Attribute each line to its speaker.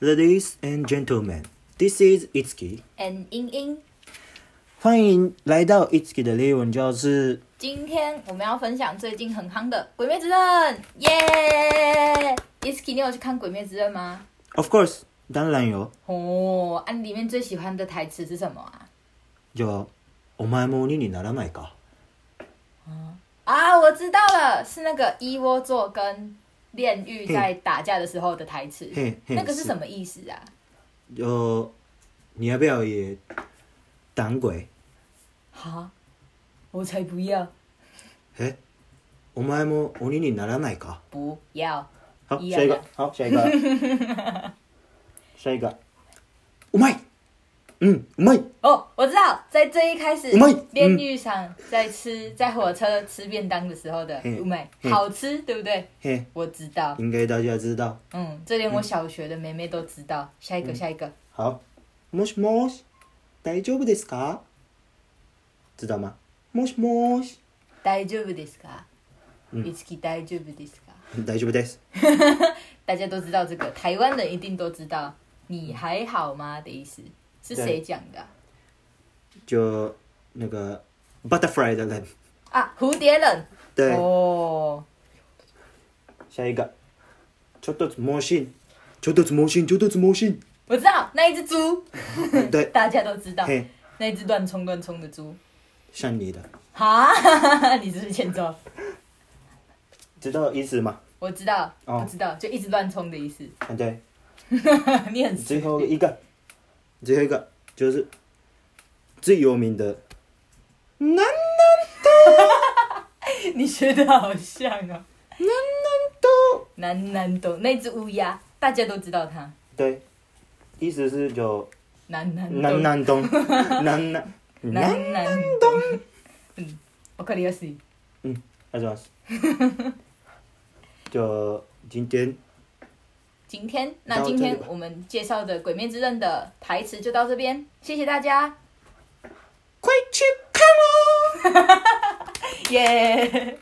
Speaker 1: Ladies and gentlemen, this is Itsuki。
Speaker 2: and 英英。
Speaker 1: 欢迎来到 Itsuki 的日文教室。
Speaker 2: 今天我们要分享最近很夯的《鬼灭之刃》，耶 i s k i 你有去看《鬼灭之刃》吗？
Speaker 1: Of course，当然有。
Speaker 2: 哦，啊，你里面最喜欢的台词是什么啊？
Speaker 1: じゃあ、お前も鬼にならないか。
Speaker 2: 啊，我知道了，是那个一窝座跟炼狱在打架的时候的台词
Speaker 1: 嘿。嘿
Speaker 2: 那个是
Speaker 1: 是
Speaker 2: 什么意思啊？
Speaker 1: じゃあ、你要不要也当鬼？
Speaker 2: 哈，我才不要，
Speaker 1: え、お前も鬼にならないか。
Speaker 2: 不要。
Speaker 1: 好，
Speaker 2: いい
Speaker 1: 下一
Speaker 2: や
Speaker 1: 个。好，下一个。 下一个。うまい。嗯，うまい。
Speaker 2: 哦，我知道，在最一开始
Speaker 1: うまい，
Speaker 2: 炼狱上在吃在火车吃便当的时候的
Speaker 1: 嘿
Speaker 2: 乌梅，
Speaker 1: 嘿
Speaker 2: 好吃，对不对？
Speaker 1: 嘿，
Speaker 2: 我知道，
Speaker 1: 应该大家知道。
Speaker 2: 嗯，这连我小学的妹妹都知道。下一
Speaker 1: 嗯
Speaker 2: 个，下一个，
Speaker 1: 好，もしもし、大丈夫ですか？知道吗？もしもし、
Speaker 2: 大丈夫ですか？
Speaker 1: 嗯
Speaker 2: いつき大丈夫ですか？
Speaker 1: 大丈夫です。
Speaker 2: 大家都知道这个，台湾人一定都知道“你还好吗”的意思是谁讲的啊？
Speaker 1: 就那个 butterfly 的人。
Speaker 2: 啊，蝴蝶忍。
Speaker 1: 对，
Speaker 2: 哦，
Speaker 1: 下一个，ちょっとずつ盲信，ちょっとずつ盲信，ちょっとずつ盲信。
Speaker 2: 我知道那一只猪，
Speaker 1: 对，
Speaker 2: 大家都知道
Speaker 1: 嘿，
Speaker 2: 那一只乱冲乱冲的猪。
Speaker 1: 像你的，
Speaker 2: 哈， 你是不是欠揍？
Speaker 1: 知道意思吗？
Speaker 2: 我知道，
Speaker 1: 哦
Speaker 2: 不知道就一直乱冲的意思。
Speaker 1: 啊，对，
Speaker 2: 你很
Speaker 1: 最后一个，最后一个就是最有名的。なんなん
Speaker 2: 你学的好像啊、
Speaker 1: なんなんと
Speaker 2: 南南斗那只乌鸦，大家都知道它。
Speaker 1: 对，意思是就
Speaker 2: 南南斗
Speaker 1: なんなん とんなんなんなん
Speaker 2: 南南斗。嗯，わかりやすい。
Speaker 1: 嗯，ありがとうございます。就今天
Speaker 2: 今天，
Speaker 1: 到
Speaker 2: 那
Speaker 1: 这里
Speaker 2: 今天
Speaker 1: 吧
Speaker 2: 我们介绍的《鬼灭之刃》的台词就到这边，谢谢大家，
Speaker 1: 快去看哦。
Speaker 2: 耶、